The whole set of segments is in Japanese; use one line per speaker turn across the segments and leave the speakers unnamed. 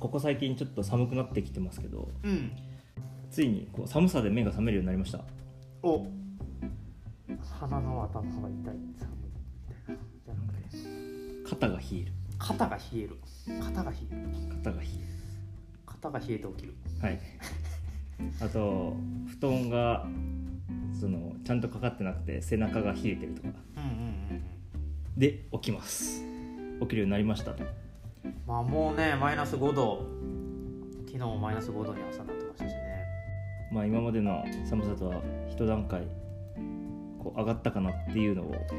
ここ最近ちょっと寒くなってきてますけど
うん
ついにこう寒さで目が覚めるようになりました
お鼻の頭が痛い寒いみたいなじゃなくて
肩が冷える
肩が冷える肩が冷える
肩が冷
肩が冷えて起きる
えるはい あと布団がそのちゃんとかかってなくて背中が冷えてるとか
うんうんうん
で起きます起きるようになりましたと
うんまあもうねマイナス5度昨日もマイナス5度に朝なってましたしね
まあ今までの寒さとは一段階こう上がったかなっていうのを
確かに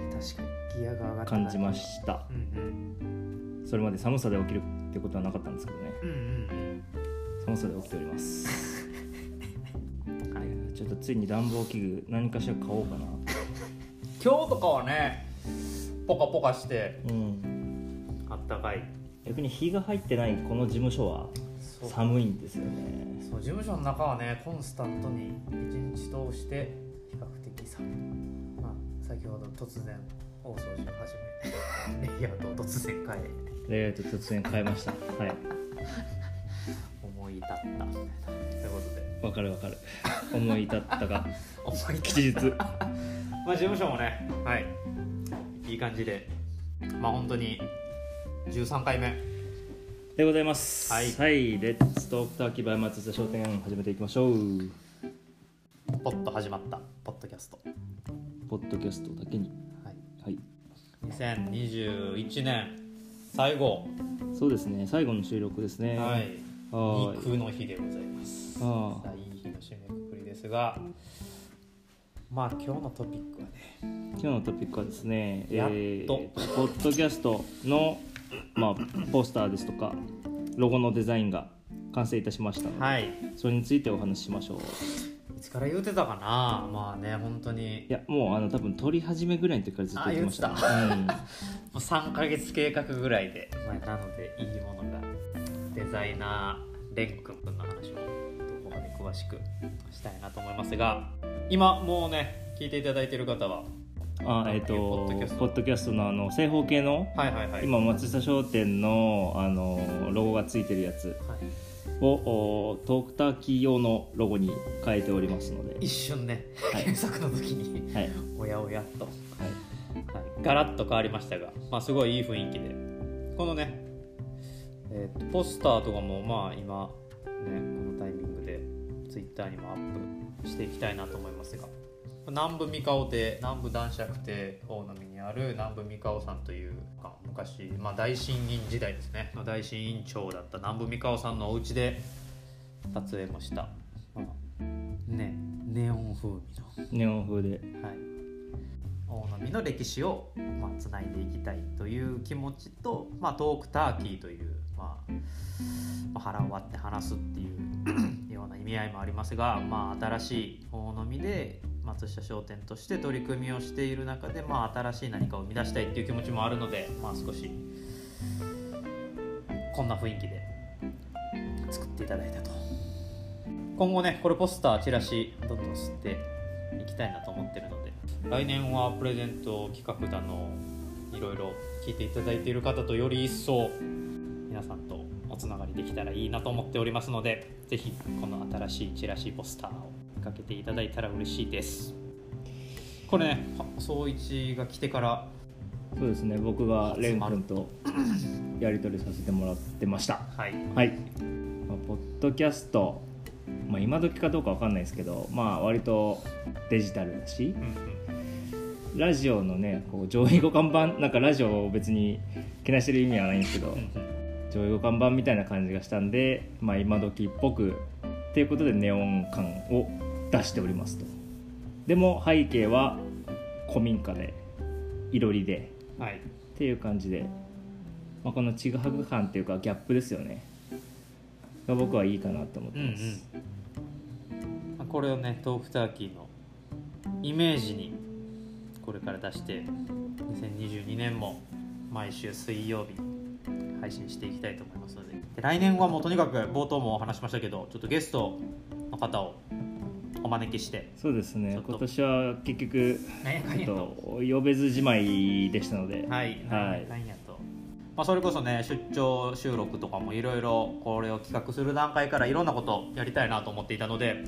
ギアが上がってない
感じました
うんうん
それまで寒さで起きるってことはなかったんですけどね
うんうん
寒さで起きており ます
うんはい
ちょっとついに暖房器具何かしら買おうかな
今日とかはねポカポカして
うん
あったかい
逆に日が入ってないこの事務所は
そう
寒いんですよね
そう事務所の中はねコンスタントに一日通して比較的寒い、まあ、先ほど突然大掃除を始め レイアウトを突然変え
レイアウト突然変えましたはい
思い立ったみたいなということで
わかるわ かる思い立ったが
思い立っ
吉日
た まあ事務所もねはいいい感じでまあ本当に13回目
でございます
はい
レッツトークターキーバイマツ商店始めていきましょう
ポッと始まったポッドキャスト、
ポッドキャストだけに
はい、
はい
2021年最後
そうですね最後の収録ですね
はい
はーい
肉の日でございます
あ
さあいい日の締めくくりですがまあ今日のトピックはね
今日のトピックはですね
やっと
えーポッドキャストの、まあ、ポスターですとかロゴのデザインが完成いたしましたので、
はい
それについてお話ししましょう
いつから言うてたかなまあね本当
い
に
やもうあの多分撮り始めぐらいの時からずっと言ってました,、うん
もう3ヶ月計画ぐらいで、まあ、なのでいいものがデザイナーレン君の話をどこかで詳しくしたいなと思いますが今もうね聞いていただいている方は
あえっ、と
ポ
ポ
ッドキャス
ッ
ト
ドキャストのあの正方形の、
はいはいはい
今松下商店のあのロゴがついてるやつ
はい、
をおトークターキー用のロゴに変えておりますので、
一瞬ね、
はい
検索の時に
はいはい、
おやおやっとはい、ガラッと変わりましたが、まあ、すごいいい雰囲気でこのね、えーとポスターとかもまあ今ねこのタイミングでツイッターにもアップしていきたいなと思いますが南部三河亭南部男爵亭大波にある南部三河さんというまあ昔、まあ、大新院時代ですね大新院長だった南部三河さんのお家で撮影もした、まあねネオン風味の
ネオン風で
はい、大波の歴史をまあつないでいきたいという気持ちと、まあ、トークターキーという、まあまあ、腹を割って話すっていうような 意味合いもありますが、まあ、新しい大波で松下商店として取り組みをしている中で、まあ、新しい何かを生み出したいっていう気持ちもあるので、まあ、少しこんな雰囲気で作っていただいたと。今後ねこれポスターチラシどんどん吸っていきたいなと思ってるので来年はプレゼント企画だのいろいろ聞いていただいている方とより一層皆さんとおつながりできたらいいなと思っておりますのでぜひこの新しいチラシポスターを見かけていただいたら嬉しいですこれねは総一が来てから
そうですね僕がレン君とやり取りさせてもらってました
はい
はい、まあポッドキャスト、まあ、今時かどうかわかんないですけどまあ割とデジタルだし
うん
ラジオのねこう上位互換版なんかラジオを別にけなしてる意味はないんですけど
うんうん
上位互換版みたいな感じがしたんで、まあ、今時っぽくっていうことでネオン感を出しておりますとでも背景は古民家でいろりで
うんはい
っていう感じで、まあ、このちぐはぐ感っていうかギャップですよねが僕はいいかなと思っ
う
て
んう
ます、
んまあこれをねトークターキーのイメージにこれから出して2022年も毎週水曜日配信していきたいと思いますのでで来年はもうとにかく冒頭もお話しましたけどちょっとゲストの方をお招きして
そうです
ち
ね
ょっと
今年は結局
何やか
ち
ん
ょ
や
っ
と
と呼べずじまいでしたので、
はい、
はい
何やかんやと、ままあ、それこそね出張収録とかもいろいろこれを企画する段階からいろんなことやりたいなと思っていたので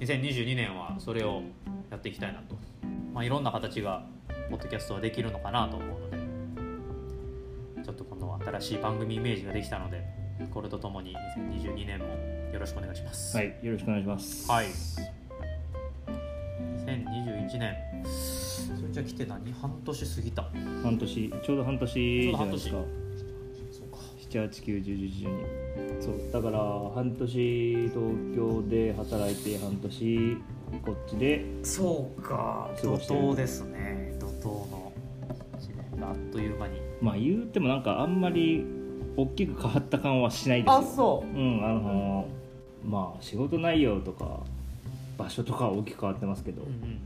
2022年はそれをやっていきたいなと、まあ、いろんな形がポッドキャストはできるのかなと思うのでちょっとこの新しい番組イメージができたのでこれとともに2022年もよろしくお願いします。
はい、よろしくお願いします。
はい2021年それじゃ来て何半年過ぎた
半年、ちょうど半年じゃないです
ちょ
か
うど。そうか
七八九十十十十二。そう、だから半年東京で働いて半年こっちで
そうか
過
怒
ごしてる
涛ですね怒涛の一年があっという間に
まあ言うてもなんかあんまり大きく変わった感はしないですよ
そ
うんあのまあ仕事内容とか場所とかは大きく変わってますけど、
うんうんうん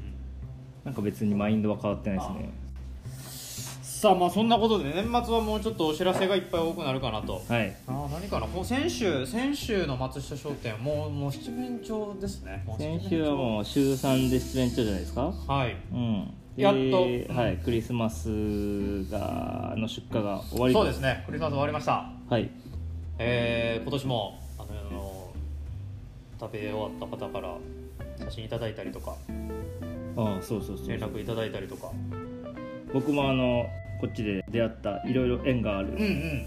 なんか別にマインドは変わってないですね
さあまあそんなことで年末はもうちょっとお知らせがいっぱい多くなるかなと
はい
あー何かなもう先週先週の松下商店もうもう七面鳥ですねもう七面
先
鳥
週はもう週3で出演中じゃないですか
はい
うんで
やっと
はい、クリスマスがの出荷が終わり
そうですねクリスマス終わりました
はい
えー今年もあの食べ終わった方から写真いただいたりとか
ああそうそうそう
連絡いただいたりとか
僕もあのこっちで出会ったいろいろ縁があ
うんう
る
ん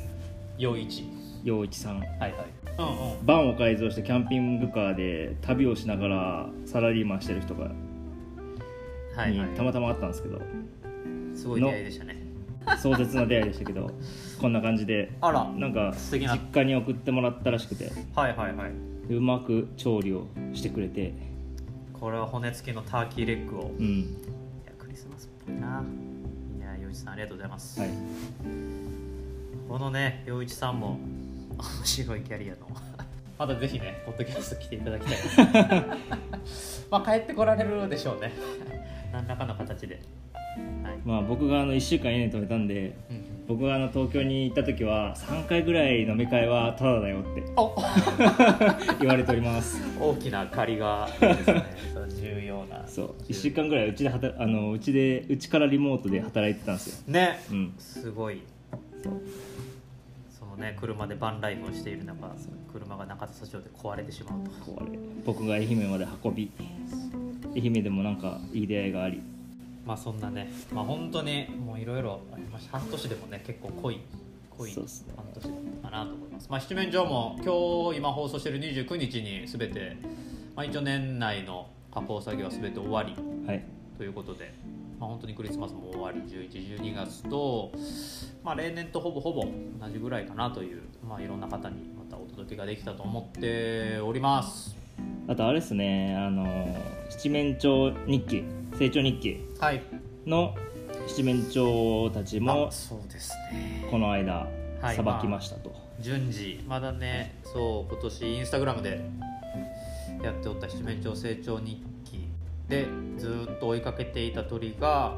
陽一
陽一さん
はいはいうんうん
バンを改造してキャンピングカーで旅をしながらサラリーマンしてる人が
はい
に
は
たまたまあったんですけど、
いすごい出会いでしたね
壮絶な出会いでしたけどこんな感じで
あら
なんか実
素敵な
家に送ってもらったらしくて
はいはいはいう
まく調理をしてくれて
これは骨付きのターキーレッグをい
うん
やクリスマスっぽいないや陽一さんありがとうございます、
はい
このね陽一さんも面白いキャリアのまたぜひ ねポッドキャスト来ていただき たいまあ帰ってこられるでしょうね何らかの形ではい、
まあ僕があの1週間家に泊めたんで
うん、
僕があの東京に行った時は3回ぐらい飲み会はタダだよって
お
言われております
大きな借りがですね そう重要な
そう1週間ぐらいうちで働あのうちでうちからリモートで働いてたんですよ
ね
うん
すごい
そう
そのね車でバンライフをしている中車が中田社長で壊れてしまうと
これ僕が愛媛まで運び愛媛でもなんかいい出会いがあり
まあそんなねまあ本当にもういろいろありました半年でもね結構濃い濃い
そう
半
っすね
年だったかなと思いますまあ七面鳥も今日今放送してる29日に全て、まあ、一応年内の加工作業は全て終わり
はい
ということで、まあ、本当にクリスマスも終わり1112月と、まあ、例年とほぼほぼ同じぐらいかなという、まあ、いろんな方にまたお届けができたと思っております
あとあれですねあの七面鳥日記成長日記
はい
の七面鳥たちも
あそうですね
この間
はい
さばきましたと、
順次まだねそう今年インスタグラムでやっておった七面鳥成長日記でずーっと追いかけていた鳥が、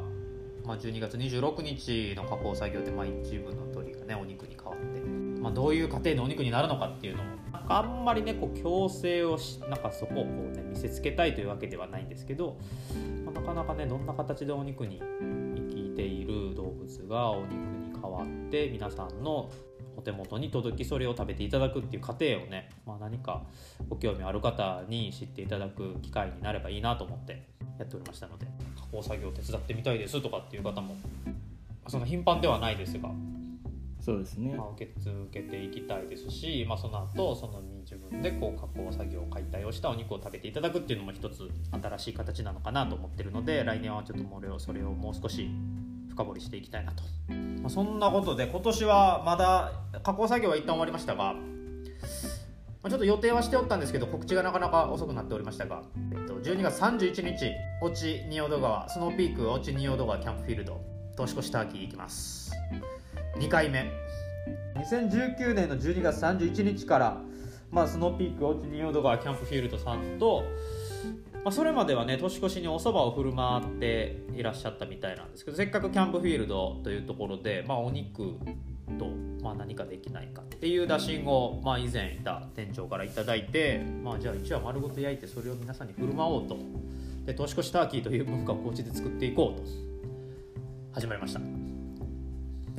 まあ、12月26日の加工作業で、まあ、一部の鳥がねお肉に変わって、まあ、どういう過程のお肉になるのかっていうのをなんかあんまりねこう強制をしなんかそこをこう、ね、見せつけたいというわけではないんですけど、まあなかなかねどんな形でお肉に生きている動物がお肉に変わって皆さんのお手元に届きそれを食べていただくっていう過程をね、まあ、何かご興味ある方に知っていただく機会になればいいなと思ってやっておりましたので加工作業を手伝ってみたいですとかっていう方もその頻繁ではないですが、
そうですね
まあ、受け続けていきたいですし、まあ、その後その自分でこう加工作業解体をしたお肉を食べていただくっていうのも一つ新しい形なのかなと思ってるので来年はちょっともうそれをそれをもう少し深掘りしていきたいなと、まあ、そんなことで今年はまだ加工作業は一旦終わりましたが、まあ、ちょっと予定はしておったんですけど告知がなかなか遅くなっておりましたが、えっと、12月31日越智仁淀川スノーピーク越智仁淀川キャンプフィールド年越しターキー行きます2回目2019年の12月31日から、まあ、スノーピークオチニオド川キャンプフィールドさんと、まあ、それまではね年越しにおそばを振る舞っていらっしゃったみたいなんですけどせっかくキャンプフィールドというところで、まあ、お肉と、まあ、何かできないかっていう打診を、まあ、以前いた店長からいただいて、まあ、じゃあ1羽丸ごと焼いてそれを皆さんに振る舞おうとで年越しターキーという文化をこっちで作っていこうと始まりました。で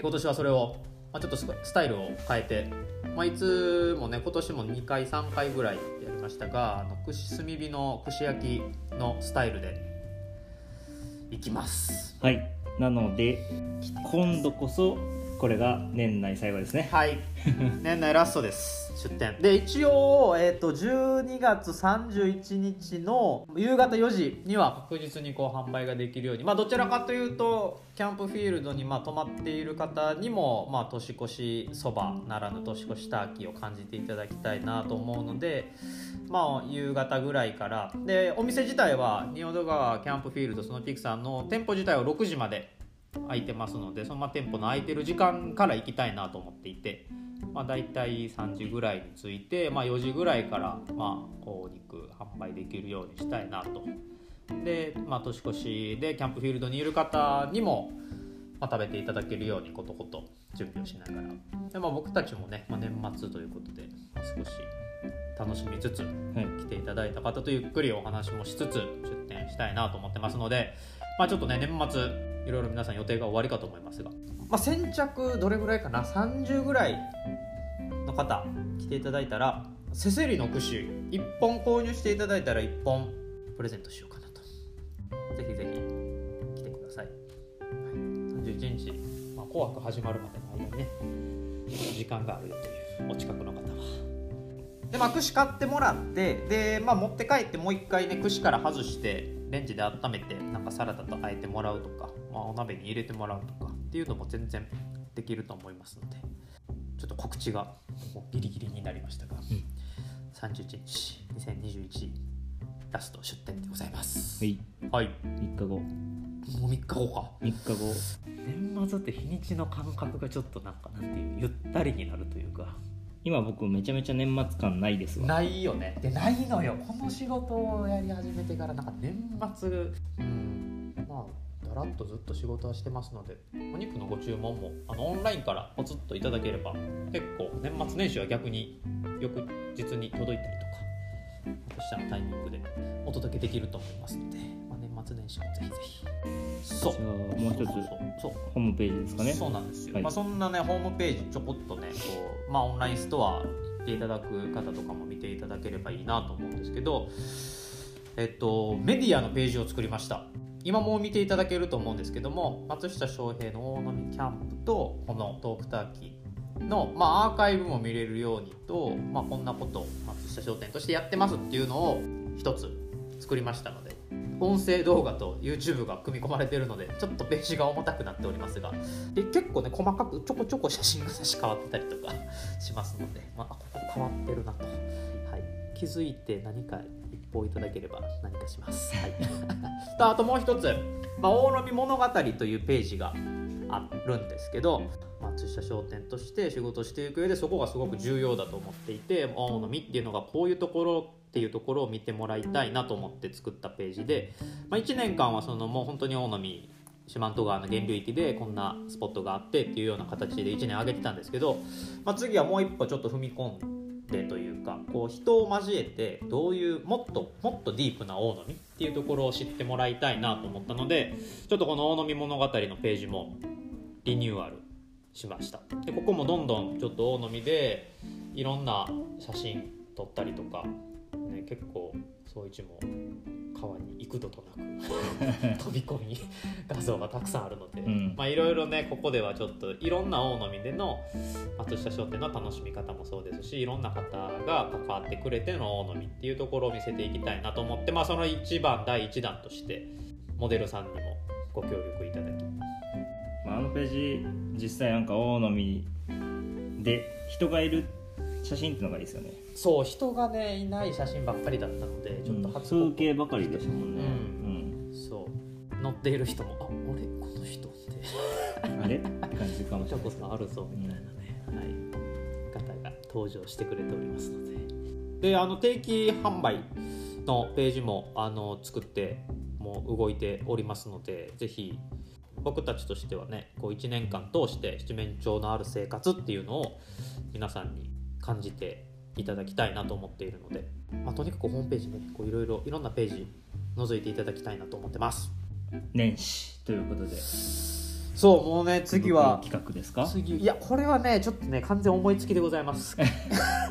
今年はそれをまあ、ちょっとスタスタイルを変えて、まあ、いつもね今年も2回3回ぐらいやりましたがあの串炭火の串焼きのスタイルでいきます
はいなので今度こそこれが年内最後ですね
はい年内ラストです出店で一応、えー、と12月31日の夕方4時には確実にこう販売ができるように、まあ、どちらかというとキャンプフィールドにまあ泊まっている方にも、まあ、年越しそばならぬ年越しターキーを感じていただきたいなと思うので、まあ、夕方ぐらいからでお店自体は仁淀川キャンプフィールドスノーピークさんの店舗自体は6時まで空いてますのでそのまま店舗の空いてる時間から行きたいなと思っていて、まあ、大体3時ぐらいに着いて、まあ、4時ぐらいから、まあ、こうお肉販売できるようにしたいなとで、まあ、年越しでキャンプフィールドにいる方にも、まあ、食べていただけるようにことこと準備をしながらで、まあ、僕たちもね、まあ、年末ということで、まあ少し楽しみつつ
はい
来ていただいた方とゆっくりお話もしつつ出店したいなと思ってますので、まあ、ちょっとね年末いろいろ皆さん予定が終わりかと思いますが、まあ、先着どれぐらいかな30ぐらいの方来ていただいたらセセリの串1本購入していただいたら1本プレゼントしようかなとぜひぜひ来てください、はい、31日、まあ、紅白始まるまでの間にね時間があるよというお近くの方は。でまあ串買ってもらってで、まあ、持って帰ってもう一回ね串から外してレンジで温めてなんかサラダとあえてもらうとか、まあ、お鍋に入れてもらうとかっていうのも全然できると思いますのでちょっと告知がもうギリギリになりましたが、31日2021ラスト出店でございます
はい
はい
3日後
もう3日後か
3日後
年末って日にちの感覚がちょっとなんかなんていうゆったりになるというか
今僕めちゃめちゃ年末感ないですわ
ないよねでないのよこの仕事をやり始めてからなんか年末うんまあだらっとずっと仕事はしてますのでお肉のご注文もあのオンラインからポツッといただければ結構年末年始は逆に翌日に届いたりとか私らのタイミングでお届けできると思いますので、まあ、年末年始もぜひぜひそう
じゃあもう一つ
そうそうそうそう
ホームページですかね
そうなんですよ、
はい
まあ、そんなねホームページちょこっとねこう、まあ、オンラインストア行っていただく方とかも見ていただければいいなと思うんですけどえっとメディアのページを作りました今もう見ていただけると思うんですけども松下翔平の大飲みキャンプとこのトークターキーの、まあ、アーカイブも見れるようにと、まあ、こんなことを松下商店としてやってますっていうのを一つ作りましたので音声動画と YouTube が組み込まれているのでちょっとページが重たくなっておりますがで結構ね細かくちょこちょこ写真が差し替わってたりとか しますので、まあ、あここ変わってるなと、はい、気づいて何か一報いただければ何かします、はい、 とあともう一つ「まあ、大海物語」というページがあるんですけど松下商店として仕事をしていく上でそこがすごく重要だと思っていて大海っていうのがこういうところっていうところを見てもらいたいなと思って作ったページで、まあ、1年間はそのもう本当に大海四万十川の源流域でこんなスポットがあってっていうような形で1年上げてたんですけど、まあ、次はもう一歩ちょっと踏み込んでというかこう人を交えてどういうもっともっとディープな大飲みっていうところを知ってもらいたいなと思ったのでちょっとこの大飲み物語のページもリニューアルしましたでここもどんどんちょっと大飲みでいろんな写真撮ったりとか、ね、結構総一も川に幾度とな く飛び込み画像がたくさんあるので、
うん
まあいろいろねここではちょっといろんな大飲みでの松下商店の楽しみ方もそうですしいろんな方が関わってくれての大飲みっていうところを見せていきたいなと思って、まあ、その一番第1弾としてモデルさんにもご協力いただき
まあ、あのページ実際なんか大飲みで人がいる写真ってのがいいですよね
そう人がねいない写真ばっかりだったのでちょっと初
うん風景ばかりでしたもんね、
そう乗っている人も「あ俺この人」って
うんあれって感じかもし
ち
れ
ょ
ない
こさんあるぞみたいなね、はい、方が登場してくれておりますのでであの定期販売のページもあの作ってもう動いておりますのでぜひ僕たちとしてはねこう1年間通して七面鳥のある生活っていうのを皆さんに感じていただきたいなと思っているので、まあ、とにかくホームページねこういろいろいろんなページ覗いていただきたいなと思ってます
年始ということで
そうもうね次は
企画ですか
次いやこれはねちょっとね完全思いつきでございます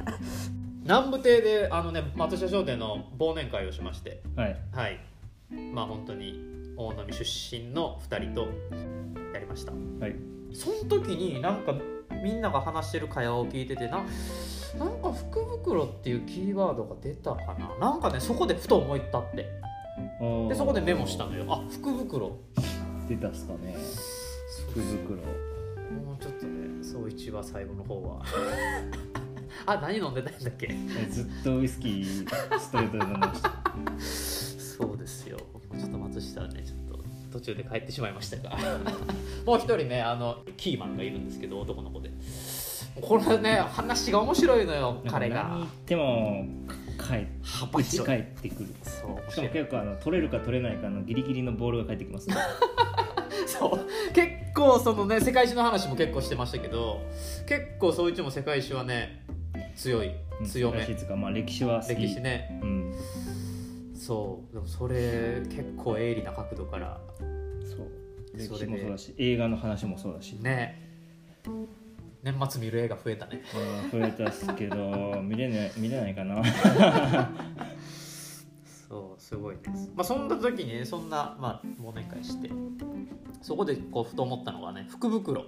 南部亭であのね松下商店の忘年会をしまして
はい
はいまあ本当に大波出身の2人とやりました
はい
その時になんかみんなが話してる会話を聞いててななんか福袋っていうキーワードが出たかななんかねそこでふと思い立ってでそこでメモしたのよあ福袋も
出たっすかね福袋
うちょっとねそう一は最後の方は あ何飲んでたんだっけ
えずっとウイスキーストレートで飲みました
そうですよ僕もちょっと松下はねちょっと途中で帰ってしまいましたが もう一人ねあのキーマンがいるんですけど男の子でこれね話が面白いのよ彼
なんか何
が
言ってもか帰
幅
うち
広
帰
い
ってくる
そう面
しか
白
も
い
結構あの取れるか取れないかのギリギリのボールが返ってきますね
そう結構そのね世界史の話も結構してましたけど結構そういちも世界史はね強い強
うん
め
らしいですかまあ歴史は好き
歴史ね
うん
そうでもそれ結構鋭利な角度から
そう歴
そ
史
れで
もそうだし映画の話もそうだし
ね年末見る映画増えたね
うん増えたっすけど見れない見れないか な
そうすごいです、まあ、そんな時にねそんな、まあ、忘年会してそこでこうふと思ったのがね福袋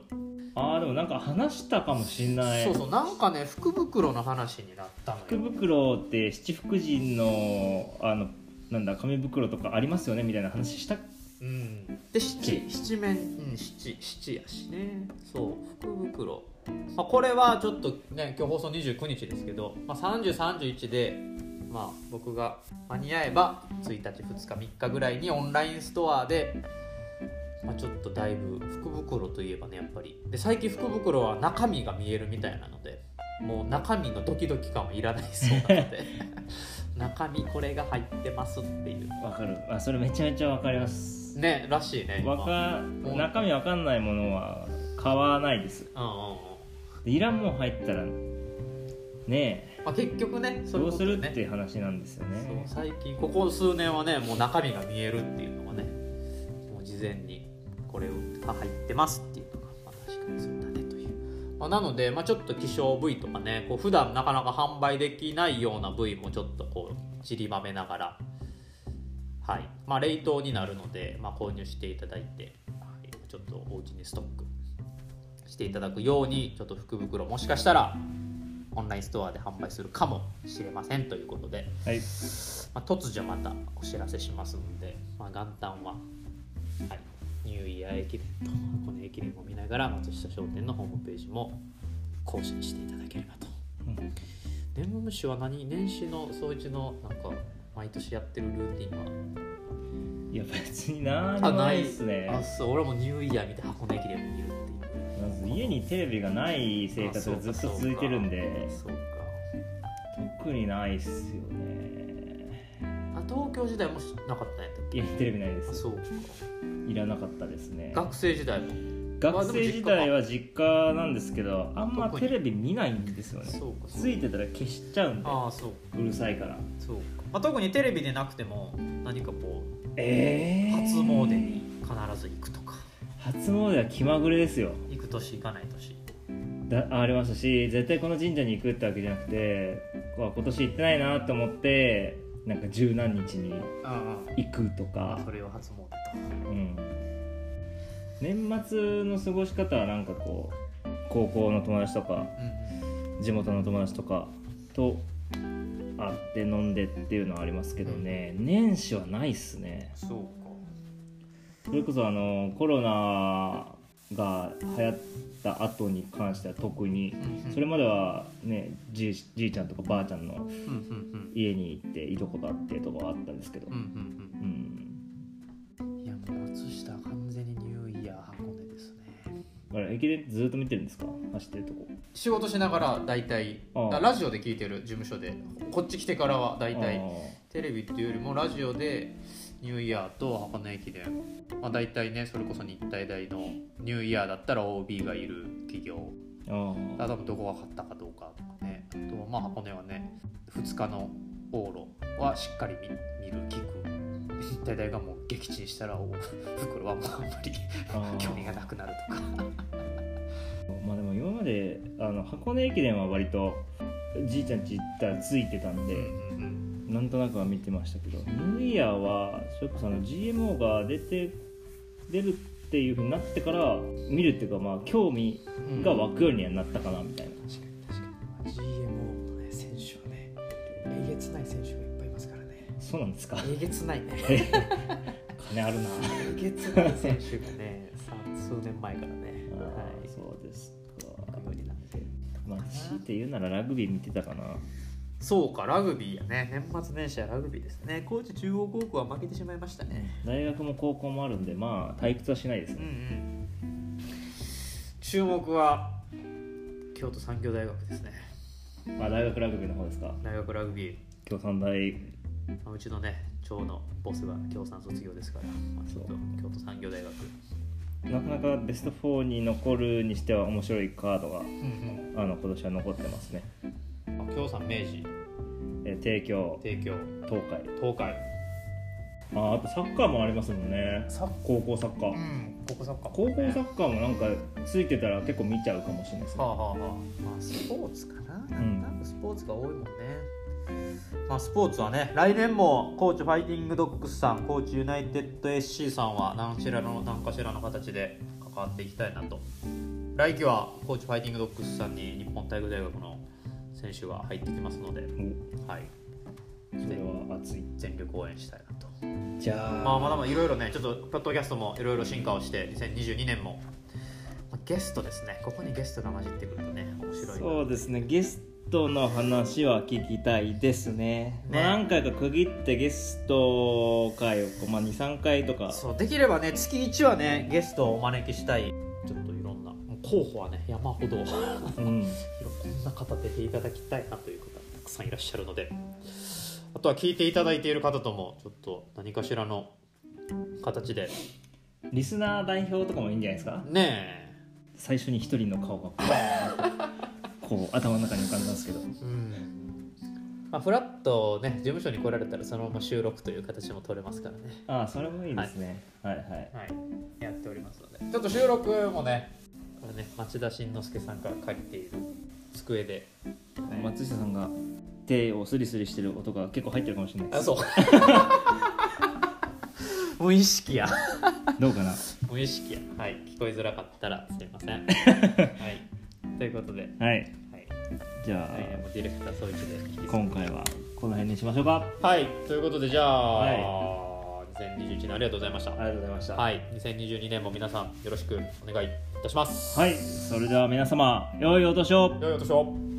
あーでもなんか話したかもしんない
そうそうなんかね福袋の話になったの
福
よ
袋って七福神のあのなんだ紙袋とかありますよねみたいな話した
うんで七七面うん七七やしねそう福袋、まあ、これはちょっとね今日放送29日ですけど、まあ、3031でまあ僕が間に合えば1日2日3日ぐらいにオンラインストアで、まあ、ちょっとだいぶ福袋といえばねやっぱりで最近福袋は中身が見えるみたいなのでもう中身のドキドキ感はいらないそうな ので中身これが入ってますっていう
わかるあそれめちゃめちゃわかります
ねらしいね今
わか中身わかんないものは買わないです
うんうんうん
でいらんもん入ったらねえ
まあ、結局ねそう
ど
いう
う
こ
す
とよ
る
ね
っていう話なんですよね
そう最近ここ数年はねもう中身が見えるっていうのがねもう事前にこれが入ってますっていうのが、まあ、確かにそうだねという、まあ、なので、まあ、ちょっと希少部位とかねこう普段なかなか販売できないような部位もちょっとこうちりばめながらはいまあ冷凍になるので、まあ、購入していただいて、はい、ちょっとお家にストックしていただくようにちょっと福袋もしかしたらオンラインストアで販売するかもしれませんということで
はい
まあ、突如またお知らせしますので、まあ、元旦は、はい、ニューイヤー駅伝と箱根駅伝を見ながら松下商店のホームページも更新していただければと
うん
年末年始は何年始の総一のなんか毎年やってるルーティン
いや別にな
は
んもないっす
あ
ね
そう俺もニューイヤー見て箱根駅伝を見るっていう
まず家にテレビがない生活がずっと続いてるんで
そうか
特にないっすよね
あ東京時代もしなかったんやったっけ
家にテレビないで
あ
す
そうか
いらなかったですね
学生時代も
学生時代は実家なんですけどあんま
特に
テレビ見ないんですよね
そうかそう
ついてたら消しちゃうんで
ああそうか
うるさいから
そうか、まあ、特にテレビでなくても何かこう
ええ
初詣に必ず行くとか
初詣は気まぐれですよ
行く年行かない年
だありましたし絶対この神社に行くってわけじゃなくてうわ今年行ってないなと思ってなんか十何日に
うん
行くとか
それを初詣と
うん年末の過ごし方はなんかこう高校の友達とか
うん
地元の友達とかと会って飲んでっていうのはありますけどね、年始はないっすね
そう
それこそあのコロナが流行った後に関しては特に
か、うんうん、
それまではねじいじいちゃんとかばあちゃんの
うんうんうん
家に行っていとこだってとかはあったんですけど
うんうん
うん
うんいやもう松下は完全にニューイヤー箱根ですね
あれ駅伝ずっと見てるんですか走ってるとこ
仕事しながら大体
ああ
だラジオで聞いてる事務所でこっち来てからは大体
あ
テレビっていうよりもラジオでニューイヤーと箱根駅伝、まあ、大体ねそれこそ日体大のニューイヤーだったら OB がいる企業
ーあ
あとはどこが勝ったかどうかとかねあとはまあ箱根はね2日の往路はしっかり見見る聞く大体がもう撃沈したらお 袋はもうあんまり
あー
興味がなくなるとか
まあでも今まであの箱根駅伝は割とじいちゃんち行ったらついてたんで、なんとなくは見てましたけどニューイヤーはそれこそあの GMO が出て出るっていうふうになってから見るっていうかまあ興味が湧くようにはなったかなみたいな、
確かに確かに GMO の、ね、選手はねえげつない選手がいっぱいいますからね
そうなんですか
えげつないね
金ある な
えげつない選手がねさ数年前からね
あー
はい
そうですか
行くようになって
まあ強いて言うならラグビー見てたかな
そうかラグビーやね年末年始はラグビーですね高知中央高校は負けてしまいましたね
大学も高校もあるんでまあ退屈はしないです
うんう
ね
ん注目は京都産業大学ですね
まあ大学ラグビーの方ですか
大学ラグビー
共産大
まあうちのね長のボスが京産卒業ですから、まあ、ちょっと
そう
京都産業大学
なかなかベスト4に残るにしては面白いカードが
うん
あの今年は残ってますね、
うん京産明治
えー帝京
帝京
東海
東海
ああとサッカーもありますもんね
サッ
高校サッカー
ん高校サッカー
高校サ
は
ッカーもなんかついてたら結構見ちゃうかもしれないです
あ
ね
はあはあまあスポーツかななんんかスポーツが多いもんね、まあスポーツはね来年も高知ファイティングドッグスさん高知ユナイテッド SC さんは何かしらの何かしらの形で関わっていきたいなと来季は高知ファイティングドッグスさんに日本体育大学の選手が入ってきますので、はい、
おそれは熱い
全力応援したいなと、
じゃあ、
まあ、まだまだいろいろねちょっとポッドキャストもいろいろ進化をして2022年も、まあ、ゲストですねここにゲストが混じってくるとね面白いな
そうですねゲストの話は聞きたいですね
ね
まあ何回か区切ってゲスト会を、まあ、23回とか
そうできればね月1はねゲストをお招きしたいちょっといろんなもう候補はね山ほどいろ
うん
んな方出ていただきたいなという方たくさんいらっしゃるのであとは聞いていただいている方ともちょっと何かしらの形で
リスナー代表とかもいいんじゃないですか
ね
最初に一人の顔がバーンとこう頭の中に浮かんだんですけど
えうんまあフラッとね事務所に来られたらそのまま収録という形も取れますからね
ああそれもいいですね、はい、はい
はい、やっておりますのでちょっと収録もねこれね町田慎之介さんから借りている机で、
松下さんが手をスリスリしてる音が結構入ってるかもしれないで
あ
す
そう無意識や
どうかな
無意識やはい聞こえづらかったらすいませ んはいということで、
はい
はい、
じゃあ、
来年もディレクター総一で引き続き
今回はこの辺にしましょうか
はいということでじゃあ、
は
2021年ありがとうございました
ありがとうございました
はい2022年も皆さんよろしくお願いいたします
はい、それでは皆様良いお年を
良いお年を